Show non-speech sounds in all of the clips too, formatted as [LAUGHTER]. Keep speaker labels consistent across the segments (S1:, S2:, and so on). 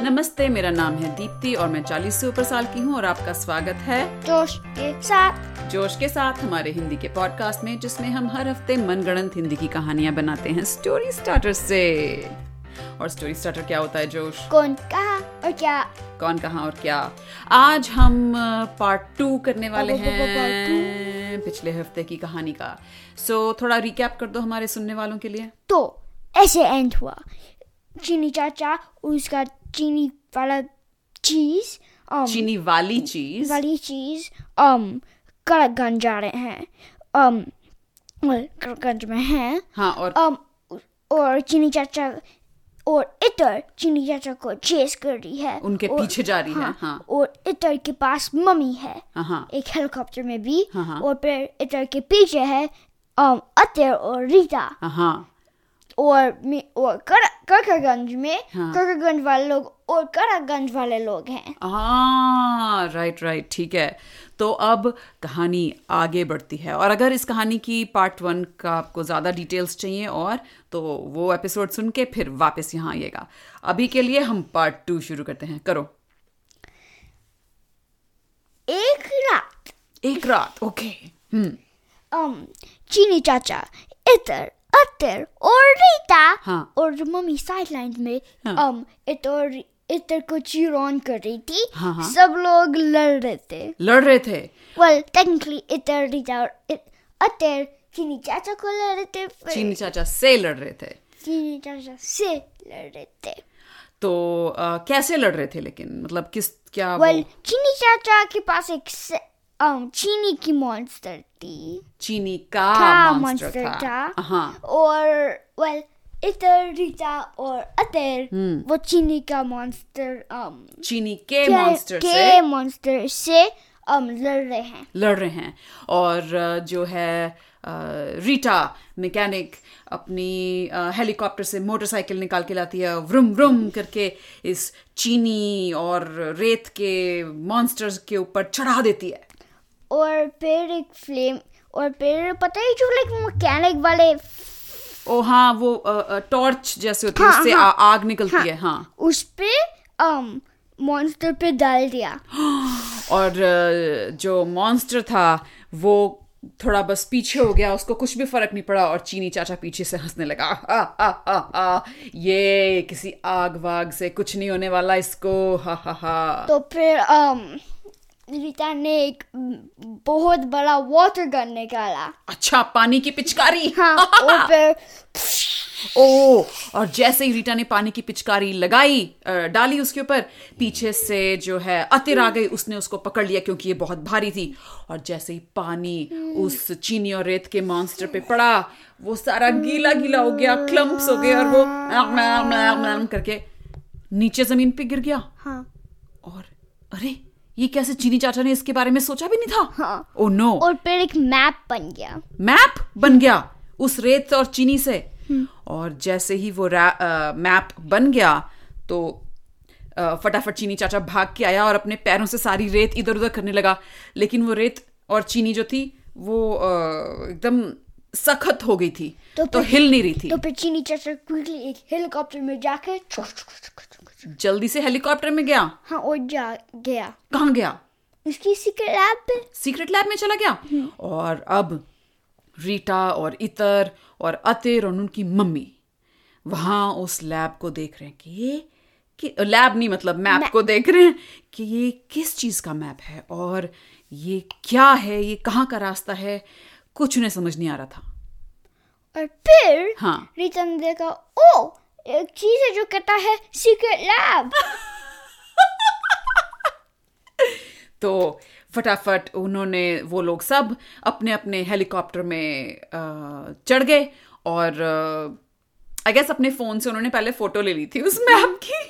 S1: नमस्ते मेरा नाम है दीप्ति और मैं 40 से ऊपर साल की हूँ और आपका स्वागत है
S2: जोश के साथ
S1: जोश के साथ हमारे हिंदी के पॉडकास्ट में जिसमें हम हर हफ्ते मनगढ़ंत हिंदी की कहानियां बनाते हैं स्टोरी स्टार्टर से और स्टोरी स्टार्टर क्या होता है जोश
S2: कौन कहा और क्या
S1: कौन कहा और क्या आज हम पार्ट टू करने वाले
S2: पापा, पापा, part
S1: हैं पिछले हफ्ते की कहानी का सो थोड़ा रिकैप कर दो हमारे सुनने वालों के लिए
S2: तो ऐसे एंड हुआ चीनी चाचा और उसका चीनी वाला चीज um,
S1: चीनी वाली चीज
S2: वाली चीज um, कड़कगंज जा रहे हैं um, well, कड़कगंज में हैं
S1: हाँ और
S2: um, और चीनी चाचा और इतर चीनी चाचा को चेस कर रही है
S1: उनके
S2: और-
S1: पीछे जा रही है हाँ
S2: और इतर के पास मम्मी है
S1: हाँ हाँ
S2: एक हेलीकॉप्टर में भी
S1: हाँ, हाँ।
S2: और फिर इतर के पीछे है um, अतर और रीता
S1: हाँ
S2: और मे- और कर, करकरगंज में
S1: हाँ।
S2: करकरगंज वाले लोग और करागंज वाले लोग हैं
S1: हाँ राइट राइट ठीक है तो अब कहानी आगे बढ़ती है और अगर इस कहानी की पार्ट वन का आपको ज़्यादा डिटेल्स चाहिए और तो वो एपिसोड सुन के फिर वापस यहाँ आइएगा अभी के लिए हम पार्ट टू शुरू करते हैं करो
S2: एक रात
S1: एक रात ओके हम्म
S2: um, चीनी चाचा इतर अतर और रीता
S1: हाँ।
S2: और जो मम्मी साइडलाइन में
S1: हाँ।
S2: um, इतर इतर को चीर ऑन कर रही थी
S1: हाँ, हाँ।
S2: सब लोग लड़ रहे थे
S1: लड़ रहे थे
S2: वेल टेक्निकली इतर रीता और इत- अतर चीनी चाचा को लड़ रहे थे फिर
S1: चीनी चाचा से लड़ रहे थे
S2: चीनी चाचा से लड़ रहे थे
S1: तो अ, कैसे लड़ रहे थे लेकिन मतलब किस क्या वो
S2: वेल चीनी चाचा के पास एक से- um, चीनी की मॉन्स्टर थी
S1: चीनी का
S2: था
S1: मॉन्स्टर
S2: monster
S1: था
S2: था।
S1: हाँ
S2: और वेल इतर रीता और अतर वो चीनी का मॉन्स्टर um,
S1: चीनी के
S2: के-
S1: मॉन्स्टर से
S2: के मॉन्स्टर से um, लड़ रहे हैं
S1: लड़ रहे हैं और अ, जो है अ, रीटा मैकेनिक अपनी अ, हेलीकॉप्टर से मोटरसाइकिल निकाल के लाती है व्रुम व्रुम करके इस चीनी और रेत के मॉन्स्टर्स के ऊपर चढ़ा देती है
S2: और फिर एक फ्लेम और फिर पता है जो लाइक मैकेनिक वाले
S1: ओ हाँ वो टॉर्च जैसे होती है
S2: हाँ,
S1: उससे
S2: हाँ।
S1: आ- आग निकलती है हाँ
S2: उस पे um, मॉन्स्टर पे डाल दिया
S1: और अ, जो मॉन्स्टर था वो थोड़ा बस पीछे हो गया उसको कुछ भी फर्क नहीं पड़ा और चीनी चाचा पीछे से हंसने लगा [LAUGHS] हा, हा, हा, हा, ये किसी आग वाग से कुछ नहीं होने वाला इसको हा हा हा
S2: तो फिर um, रीता ने एक बहुत बड़ा वाटर गन निकाला
S1: अच्छा पानी की पिचकारी
S2: हाँ
S1: [LAUGHS]
S2: और फिर
S1: ओ और जैसे ही रीटा ने पानी की पिचकारी लगाई अ, डाली उसके ऊपर पीछे से जो है अतिर आ गई उसने उसको पकड़ लिया क्योंकि ये बहुत भारी थी और जैसे ही पानी उस चीनी और रेत के मॉन्स्टर पे पड़ा वो सारा गीला गीला हो गया क्लम्प्स हो गए और वो करके नीचे जमीन पे गिर गया
S2: हाँ
S1: और अरे ये कैसे चीनी चाचा ने इसके बारे में सोचा भी नहीं था Oh
S2: हाँ।
S1: ओ नो
S2: और फिर एक मैप बन गया
S1: मैप बन गया उस रेत और चीनी से और जैसे ही वो रा- अ, मैप बन गया तो अ, फटाफट चीनी चाचा भाग के आया और अपने पैरों से सारी रेत इधर उधर करने लगा लेकिन वो रेत और चीनी जो थी वो अ, एकदम सख्त हो गई थी
S2: तो
S1: तो,
S2: फिर-
S1: हिल नहीं रही थी
S2: तो फिर चीनी चाचा क्विकली एक हेलीकॉप्टर में जाके
S1: जल्दी से हेलीकॉप्टर में गया
S2: हाँ और जा गया
S1: कहाँ गया
S2: उसकी सीक्रेट लैब पे
S1: सीक्रेट लैब में चला गया और अब रीटा और इतर और अतिर और उनकी मम्मी वहाँ उस लैब को देख रहे हैं कि ये कि लैब नहीं मतलब मैप को देख रहे हैं कि ये किस चीज़ का मैप है और ये क्या है ये कहाँ का रास्ता है कुछ उन्हें समझ नहीं आ रहा था
S2: और फिर
S1: हाँ
S2: रीता ने देखा ओ एक चीज है जो कहता है सीक्रेट लैब
S1: तो फटाफट उन्होंने वो लोग सब अपने अपने हेलीकॉप्टर में अ, चढ़ गए और आई गेस अपने फ़ोन से उन्होंने पहले फ़ोटो ले ली थी उस मैप की [LAUGHS]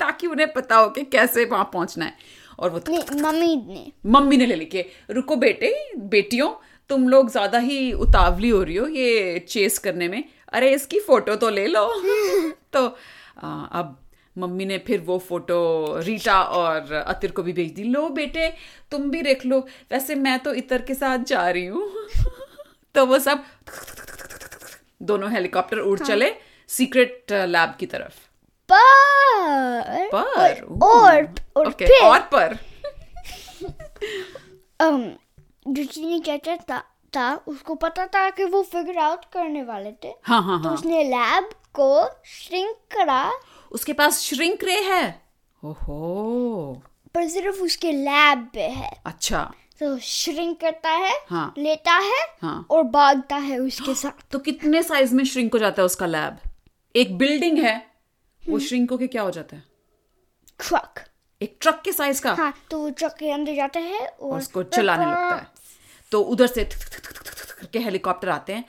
S1: ताकि उन्हें पता हो कि कैसे वहाँ पहुँचना है और वो
S2: नहीं, मम्मी ने
S1: मम्मी ने ले ली कि रुको बेटे बेटियों तुम लोग ज़्यादा ही उतावली हो रही हो ये चेस करने में अरे इसकी फ़ोटो तो ले लो [LAUGHS] तो अ, अब मम्मी ने फिर वो फोटो रीटा और अतिर को भी भेज दी लो बेटे तुम भी देख लो वैसे मैं तो इतर के साथ जा रही हूँ [LAUGHS] तो वो सब
S2: हाँ।
S1: दोनों हेलीकॉप्टर उड़ चले सीक्रेट लैब की तरफ
S2: पर पर
S1: पर
S2: और और, और
S1: ओके
S2: फिर
S1: और पर
S2: अम, जो चीनी चाचा था, था उसको पता था कि वो फिगर आउट करने वाले थे तो
S1: हाँ हाँ हाँ
S2: उसने लैब को श्रिंक करा
S1: उसके पास श्रिंक रे है ओहो
S2: पर सिर्फ उसके लैब पे है
S1: अच्छा
S2: तो श्रिंक करता है
S1: हाँ।
S2: लेता है
S1: हाँ।
S2: और भागता है उसके साथ
S1: तो कितने साइज में श्रिंक हो जाता है उसका लैब एक बिल्डिंग है वो श्रिंक होके क्या हो जाता है
S2: ट्रक
S1: एक ट्रक के साइज का
S2: हाँ तो वो ट्रक के अंदर जाता है और
S1: और उसको चलाने लगता है तो उधर से थक- थक- थक- थक- थक करके हेलीकॉप्टर आते हैं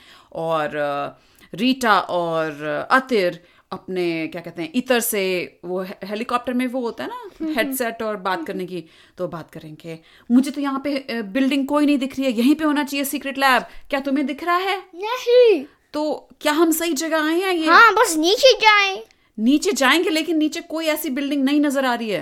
S1: और अ, रीटा और अ, अतिर अपने क्या कहते हैं इतर से वो हे- हेलीकॉप्टर में वो होता है ना हेडसेट और बात करने की तो बात करेंगे मुझे तो यहाँ पे अ, बिल्डिंग कोई नहीं दिख रही है यहीं पे होना चाहिए सीक्रेट लैब क्या तुम्हें दिख रहा है
S2: नहीं
S1: तो क्या हम सही जगह आए हैं ये
S2: हाँ बस नीचे जाए
S1: नीचे जाएंगे लेकिन नीचे कोई ऐसी बिल्डिंग नहीं नजर आ रही है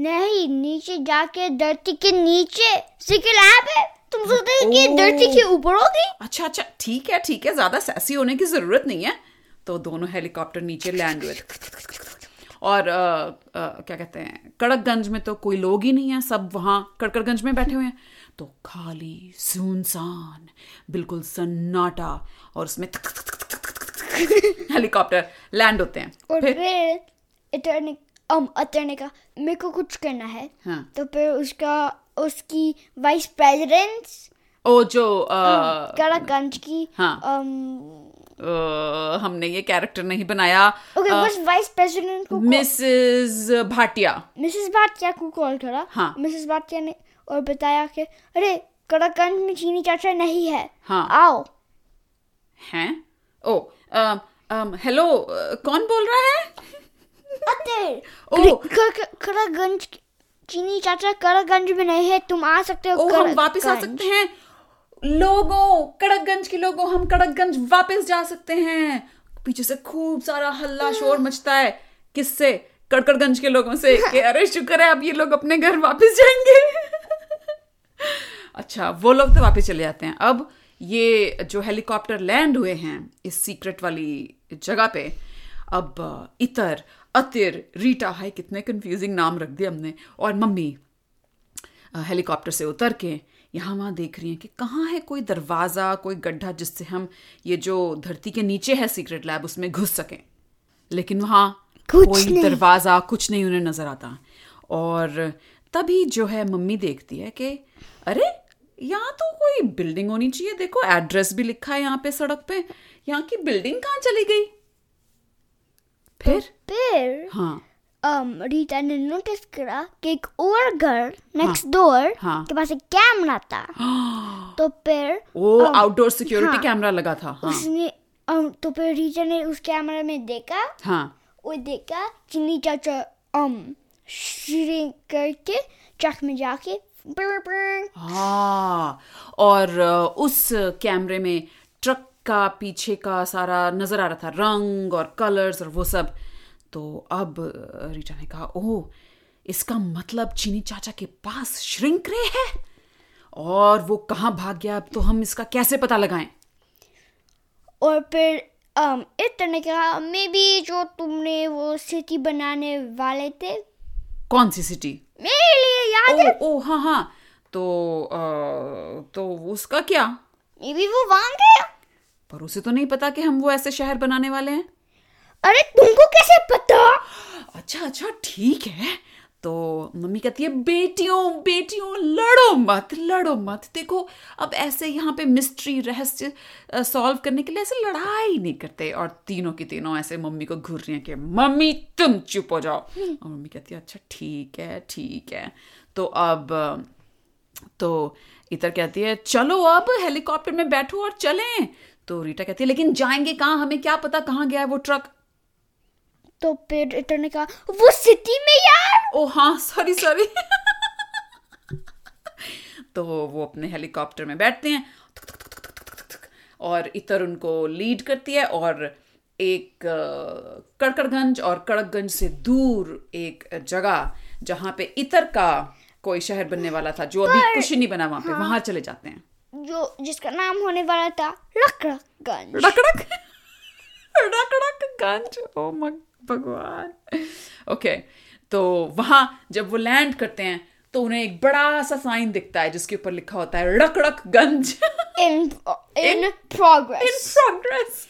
S2: नहीं नीचे जाके धरती के नीचे सीक्रेट लैब है तुम सोचते हो कि
S1: ओह।
S2: धरती के ऊपर होगी
S1: अच्छा अच्छा ठीक है ठीक है ज्यादा सैसी होने की जरूरत नहीं है तो दोनों हेलीकॉप्टर नीचे लैंड हुए और अ, अ, क्या कहते हैं कड़कगंज में तो कोई लोग ही नहीं है सब वहाँ कड़कड़गंज में बैठे हुए हैं तो खाली सुनसान बिल्कुल सन्नाटा और उसमें हेलीकॉप्टर लैंड होते हैं
S2: और फिर इतर ने अम अतर ने कहा मेरे को कुछ करना है
S1: हाँ
S2: तो फिर उसका उसकी वाइस प्रेसिडेंट
S1: ओ जो अ,
S2: कड़कगंज की
S1: हाँ।
S2: अम,
S1: अ, हमने ये कैरेक्टर नहीं बनाया
S2: ओके बस वाइस प्रेसिडेंट को
S1: मिसेस भाटिया
S2: मिसेस भाटिया को कॉल करा
S1: हाँ।
S2: मिसेस भाटिया ने और बताया कि अरे कड़कगंज में चीनी चाचा नहीं है
S1: हाँ।
S2: आओ
S1: हैं ओ अम, अम, हेलो अ, कौन बोल रहा है
S2: अतर
S1: ओ।
S2: कड़कगंज की- चीनी चाचा कड़कगंज में नहीं है तुम आ सकते हो
S1: ओ हम वापस आ
S2: कड़कगंज।
S1: सकते हैं लोगों कड़कगंज के लोगों हम कड़कगंज वापस जा सकते हैं पीछे से खूब सारा हल्ला
S2: हाँ।
S1: शोर मचता है किससे कड़कड़गंज के लोगों से कि अरे शुक्र है अब ये लोग अपने घर वापस जाएंगे [LAUGHS] अच्छा वो लोग तो वापस चले जाते हैं अब ये जो हेलीकॉप्टर लैंड हुए हैं इस सीक्रेट वाली जगह पे अब इतर अतिर रीटा हाय कितने कंफ्यूजिंग नाम रख दिए हमने और मम्मी अ, हेलीकॉप्टर से उतर के यहाँ वहाँ देख रही हैं कि कहाँ है कोई दरवाज़ा कोई गड्ढा जिससे हम ये जो धरती के नीचे है सीक्रेट लैब उसमें घुस सकें लेकिन वहाँ
S2: कुछ
S1: कोई
S2: नहीं।
S1: दरवाज़ा कुछ नहीं उन्हें नज़र आता और तभी जो है मम्मी देखती है कि अरे यहाँ तो कोई बिल्डिंग होनी चाहिए देखो एड्रेस भी लिखा है यहाँ पे सड़क पे यहाँ की बिल्डिंग कहाँ चली गई फिर
S2: तो फिर
S1: हाँ
S2: um, रीटा ने नोटिस करा कि एक और घर नेक्स्ट डोर
S1: हाँ।
S2: के पास एक कैमरा था तो फिर
S1: वो आउटडोर सिक्योरिटी
S2: हाँ।
S1: कैमरा लगा था हाँ
S2: उसने um, तो फिर रीटा ने उस कैमरे में देखा
S1: हाँ
S2: और देखा चीनी चाचा um, श्रिंक करके ट्रक में जाके ब्रर, ब्रर।
S1: हाँ और अ, उस कैमरे में ट्रक का पीछे का सारा नजर आ रहा था रंग और कलर्स और वो सब तो अब अ, रीटा ने कहा ओह इसका मतलब चीनी चाचा के पास श्रिंक रे है और वो कहाँ भाग गया अब तो हम इसका कैसे पता लगाएं
S2: और फिर um, इस तरह ने कहा मे बी जो तुमने वो सिटी बनाने वाले थे
S1: कौन सी सिटी
S2: मेरे लिए याद
S1: ओ
S2: है
S1: ओ हाँ हाँ तो अ, तो उसका क्या
S2: मे बी वो वहां गया
S1: पर उसे तो नहीं पता कि हम वो ऐसे शहर बनाने वाले हैं
S2: अरे तुमको कैसे पता
S1: अच्छा अच्छा ठीक है तो मम्मी कहती है बेटियों बेटियों लड़ो मत लड़ो मत देखो अब ऐसे यहाँ पे मिस्ट्री रहस्य सॉल्व करने के लिए ऐसे लड़ाई नहीं करते और तीनों की तीनों ऐसे मम्मी को घूर रही हैं कि मम्मी तुम चुप हो जाओ और मम्मी कहती है अच्छा ठीक है ठीक है तो अब अ, तो इतर कहती है चलो अब हेलीकॉप्टर में बैठो और चलें तो रीटा कहती है लेकिन जाएंगे कहाँ हमें क्या पता कहाँ गया है वो ट्रक
S2: तो फिर इटर ने कहा वो सिटी में यार
S1: ओ हाँ सॉरी सॉरी तो वो अपने हेलीकॉप्टर में बैठते हैं और इतर उनको लीड करती है और एक अ, कड़कड़गंज और कड़कगंज से दूर एक जगह जहाँ पे इतर का कोई शहर बनने वाला था जो अभी कुछ नहीं बना वहाँ पे वहाँ चले जाते हैं
S2: जो जिसका नाम होने वाला था रकरकगंज
S1: रकड़क रकड़कगंज ओ Oh भगवान ओके तो वहां जब वो लैंड करते हैं तो उन्हें एक बड़ा सा साइन दिखता है जिसके ऊपर लिखा होता है रकड़कगंज
S2: in in,
S1: In- in
S2: progress
S1: progress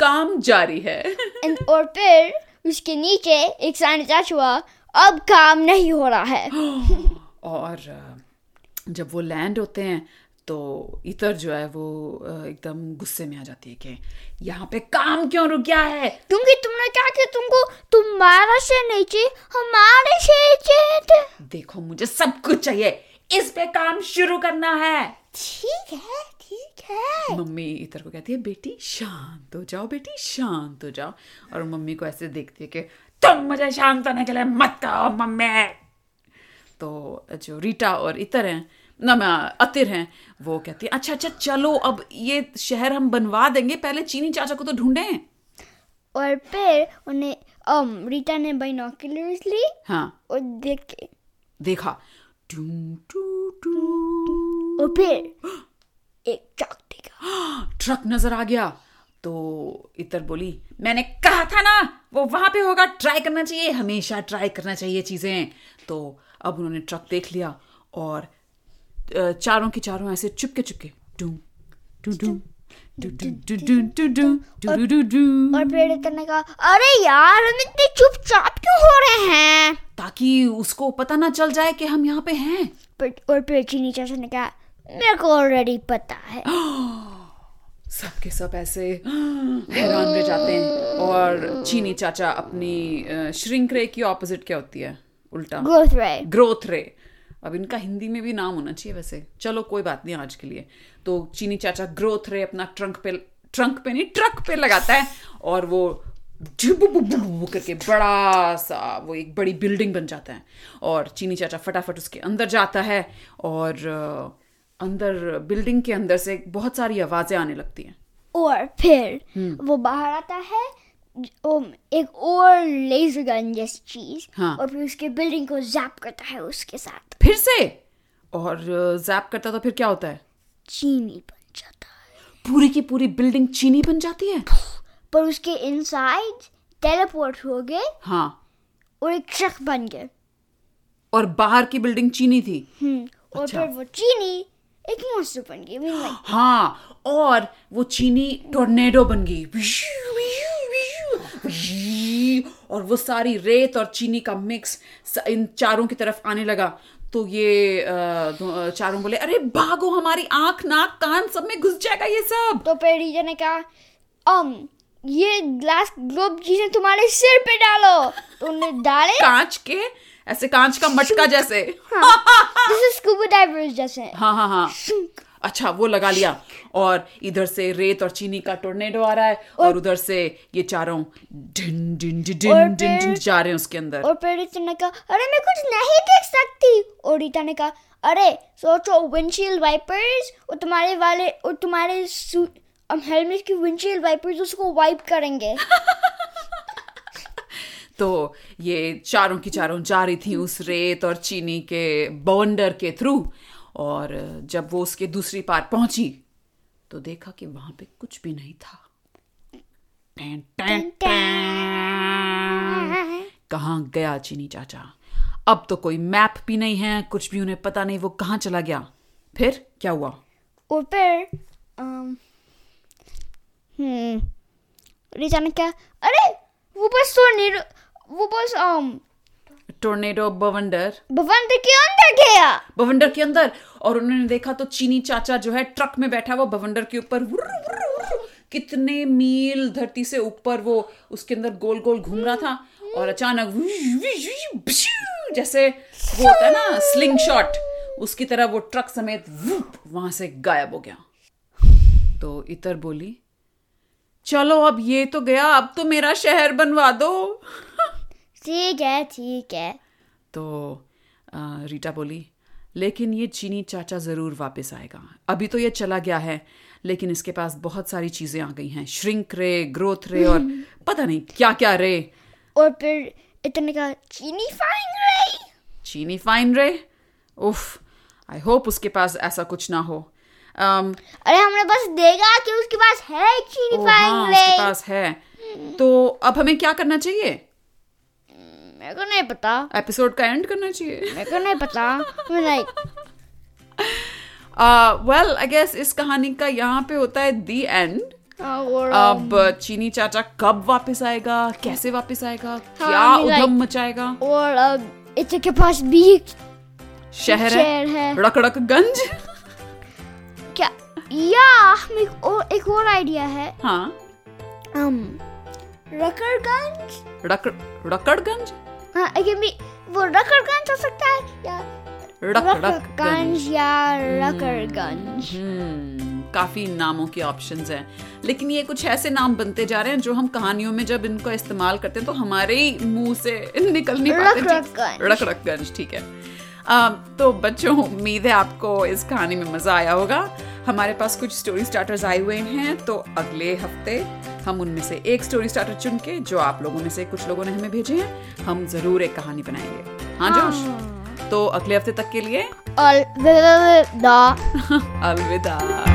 S1: काम जारी है
S2: And- और फिर उसके नीचे एक साइन अटैच हुआ अब काम नहीं हो रहा है
S1: और अ, जब वो लैंड होते हैं तो इतर जो है वो अ, एकदम गुस्से में आ जाती है कि यहाँ पे काम क्यों रुक गया है
S2: क्योंकि तुमने कहा कि तुमको तुम्हारा से नीचे हमारे से नीचे थे।
S1: देखो मुझे सब कुछ चाहिए इस पे काम शुरू करना है
S2: ठीक है ठीक है
S1: मम्मी इतर को कहती है बेटी शांत हो जाओ बेटी शांत हो जाओ और मम्मी को ऐसे देखती है कि तुम मुझे शांत होने के लिए मत कहो मम्मी तो जो रीटा और इतर हैं ना मैं अतिर हैं वो कहती है अच्छा अच्छा चलो अब ये शहर हम बनवा देंगे पहले चीनी चाचा को तो ढूंढें
S2: और फिर उन्हें um, रीटा ने बाइनोक्यूलर्स ली
S1: हाँ
S2: और देखे
S1: देखा टू टू टू
S2: और फिर एक चौक देखा
S1: ट्रक नजर आ गया तो इतर बोली मैंने कहा था ना वो वहां पे होगा ट्राई करना चाहिए हमेशा ट्राई करना चाहिए चीजें तो अब उन्होंने ट्रक देख लिया और अ, चारों की चारों ऐसे चुपके चुपके डूम डू डू डू डू डू डू डू डू डू डू डू
S2: और फिर रीटा ने कहा अरे यार हम इतने चुपचाप क्यों हो रहे हैं
S1: ताकि उसको पता ना चल जाए कि हम यहाँ पे हैं
S2: पर और फिर चीनी चाचा ने कहा मेरे को ऑलरेडी पता
S1: [GASPS]
S2: है
S1: सबके सब ऐसे हैरान रह जाते हैं और चीनी चाचा अपनी श्रिंक रे की ऑपोजिट क्या होती है उल्टा
S2: ग्रोथ रेट
S1: ग्रोथ रे अब इनका हिंदी में भी नाम होना चाहिए वैसे चलो कोई बात नहीं आज के लिए तो चीनी चाचा ग्रोथ रे अपना ट्रंक पे ट्रंक पे नहीं ट्रक पे लगाता है और वो झुबुबुबुबु करके बड़ा सा वो एक बड़ी बिल्डिंग बन जाता है और चीनी चाचा फटाफट उसके अंदर जाता है और अ, अंदर बिल्डिंग के अंदर से बहुत सारी आवाज़ें आने लगती हैं
S2: और फिर
S1: हम्म।
S2: वो बाहर आता है ओम, एक और लेजर गन जैसी चीज
S1: हाँ।
S2: और फिर उसके बिल्डिंग को जैप करता है उसके साथ
S1: फिर से और जैप करता तो फिर क्या होता है
S2: चीनी बन जाता है
S1: पूरी की पूरी बिल्डिंग चीनी बन जाती है
S2: पर उसके इनसाइड टेलीपोर्ट हो गए
S1: हाँ
S2: और एक ट्रक बन गए
S1: और बाहर की बिल्डिंग चीनी थी
S2: हम्म, और
S1: अच्छा।
S2: फिर वो चीनी एक मॉन्स्टर बन गई
S1: [GASPS]
S2: I mean, like,
S1: हाँ और वो चीनी टोर्नेडो बन गई और वो सारी रेत और चीनी का मिक्स स- इन चारों की तरफ आने लगा तो ये अ, दो- अ, चारों बोले अरे भागो हमारी आंख नाक कान सब में घुस जाएगा ये सब
S2: तो फिर रीजा ने कहा um, ये ग्लास ग्लोब चीजें तुम्हारे सिर पे डालो तो उन्हें डाले
S1: कांच के ऐसे कांच का मटका जैसे
S2: जैसे स्कूबा डाइवर्स जैसे
S1: हाँ हाँ हाँ अच्छा वो लगा लिया और इधर से रेत और चीनी का टोर्नेडो आ रहा है और उधर से ये चारों डिन डिन डिन
S2: और
S1: डिन डिन
S2: फिर-
S1: जा रहे हैं उसके अंदर
S2: और फिर रीता ने कहा अरे मैं कुछ नहीं देख सकती और रीता ने कहा अरे सोचो विंडशील्ड वाइपर्स और तुम्हारे वाले और तुम्हारे सूट हम हेलमेट की विंडशील्ड वाइपर्स उसको वाइप करेंगे
S1: तो ये चारों की चारों जा रही थी उस रेत और चीनी के बाउंडर के थ्रू और जब वो उसके दूसरी पार पहुंची तो देखा कि वहां पे कुछ भी नहीं था टैं, टैं, टैं। कहाँ गया चीनी चाचा अब तो कोई मैप भी नहीं है कुछ भी उन्हें पता नहीं वो कहाँ चला गया फिर क्या हुआ
S2: और फिर अम, हम्म रीता ने कहा अरे वो बस तो नहीं वो बस um,
S1: टोर्नेडो बवंडर
S2: भवंत के अंदर गया
S1: बवंडर के अंदर और उन्होंने देखा तो चीनी चाचा जो है ट्रक में बैठा हुआ बवंडर के ऊपर वुर्र वुर्र वुर्र कितने मील धरती से ऊपर वो उसके अंदर गोल गोल घूम रहा था और अचानक विश, विश, विश, भ्यू, जैसे वो होता है ना स्लिंग शॉट उसकी तरह वो ट्रक समेत वहां से गायब हो गया तो इतर बोली चलो अब ये तो गया अब तो मेरा शहर बनवा दो
S2: ठीक है ठीक है
S1: तो अ, रीटा बोली लेकिन ये चीनी चाचा ज़रूर वापस आएगा अभी तो ये चला गया है लेकिन इसके पास बहुत सारी चीज़ें आ गई हैं श्रिंक रे ग्रोथ रे और पता नहीं क्या क्या रे
S2: और फिर इतने का चीनी फाइन रही
S1: चीनी फाइन रे उफ आई होप उसके पास ऐसा कुछ ना हो अम,
S2: अरे हमने बस देखा कि उसके पास है चीनी
S1: ओ,
S2: फाइन
S1: हाँ, उसके
S2: रही
S1: पास है तो अब हमें क्या करना चाहिए
S2: मेरे को नहीं पता
S1: एपिसोड का एंड करना चाहिए
S2: मेरे को नहीं पता मैं लाइक
S1: वेल आई गेस इस कहानी का यहाँ पे होता है दी एंड
S2: और
S1: अब
S2: Um,
S1: चीनी चाचा कब वापस आएगा कैसे वापस आएगा क्या
S2: हाँ, I mean, like-
S1: उधम मचाएगा
S2: और अब इसी के पास भी एक
S1: शहर
S2: शहर
S1: है
S2: है।
S1: रकड़कगंज
S2: क्या या मेरे को और एक और आइडिया है
S1: हाँ
S2: um रकड़गंज
S1: रकड़ रकड़गंज
S2: हाँ it can be- वो रकड़गंज हो सकता है या
S1: रकड़कगंज
S2: रकड़गंज या रकड़गंज
S1: हम्म, काफी नामों के ऑप्शंस हैं लेकिन ये कुछ ऐसे नाम बनते जा रहे हैं जो हम कहानियों में जब इनको इस्तेमाल करते हैं तो हमारे ही मुंह से निकल नहीं पाते
S2: रकरकगंज।
S1: रख रकगंज ठीक है अम, तो बच्चों उम्मीद है आपको इस कहानी में मजा आया होगा हमारे पास कुछ स्टोरी स्टार्टर्स आए हुए हैं तो अगले हफ्ते हम उनमें से एक स्टोरी स्टार्टर चुन के जो आप लोगों में से कुछ लोगों ने हमें भेजे हैं हम जरूर एक कहानी बनाएंगे हाँ जोश तो अगले हफ्ते तक के लिए
S2: और द- द- द- द-
S1: [LAUGHS] अलविदा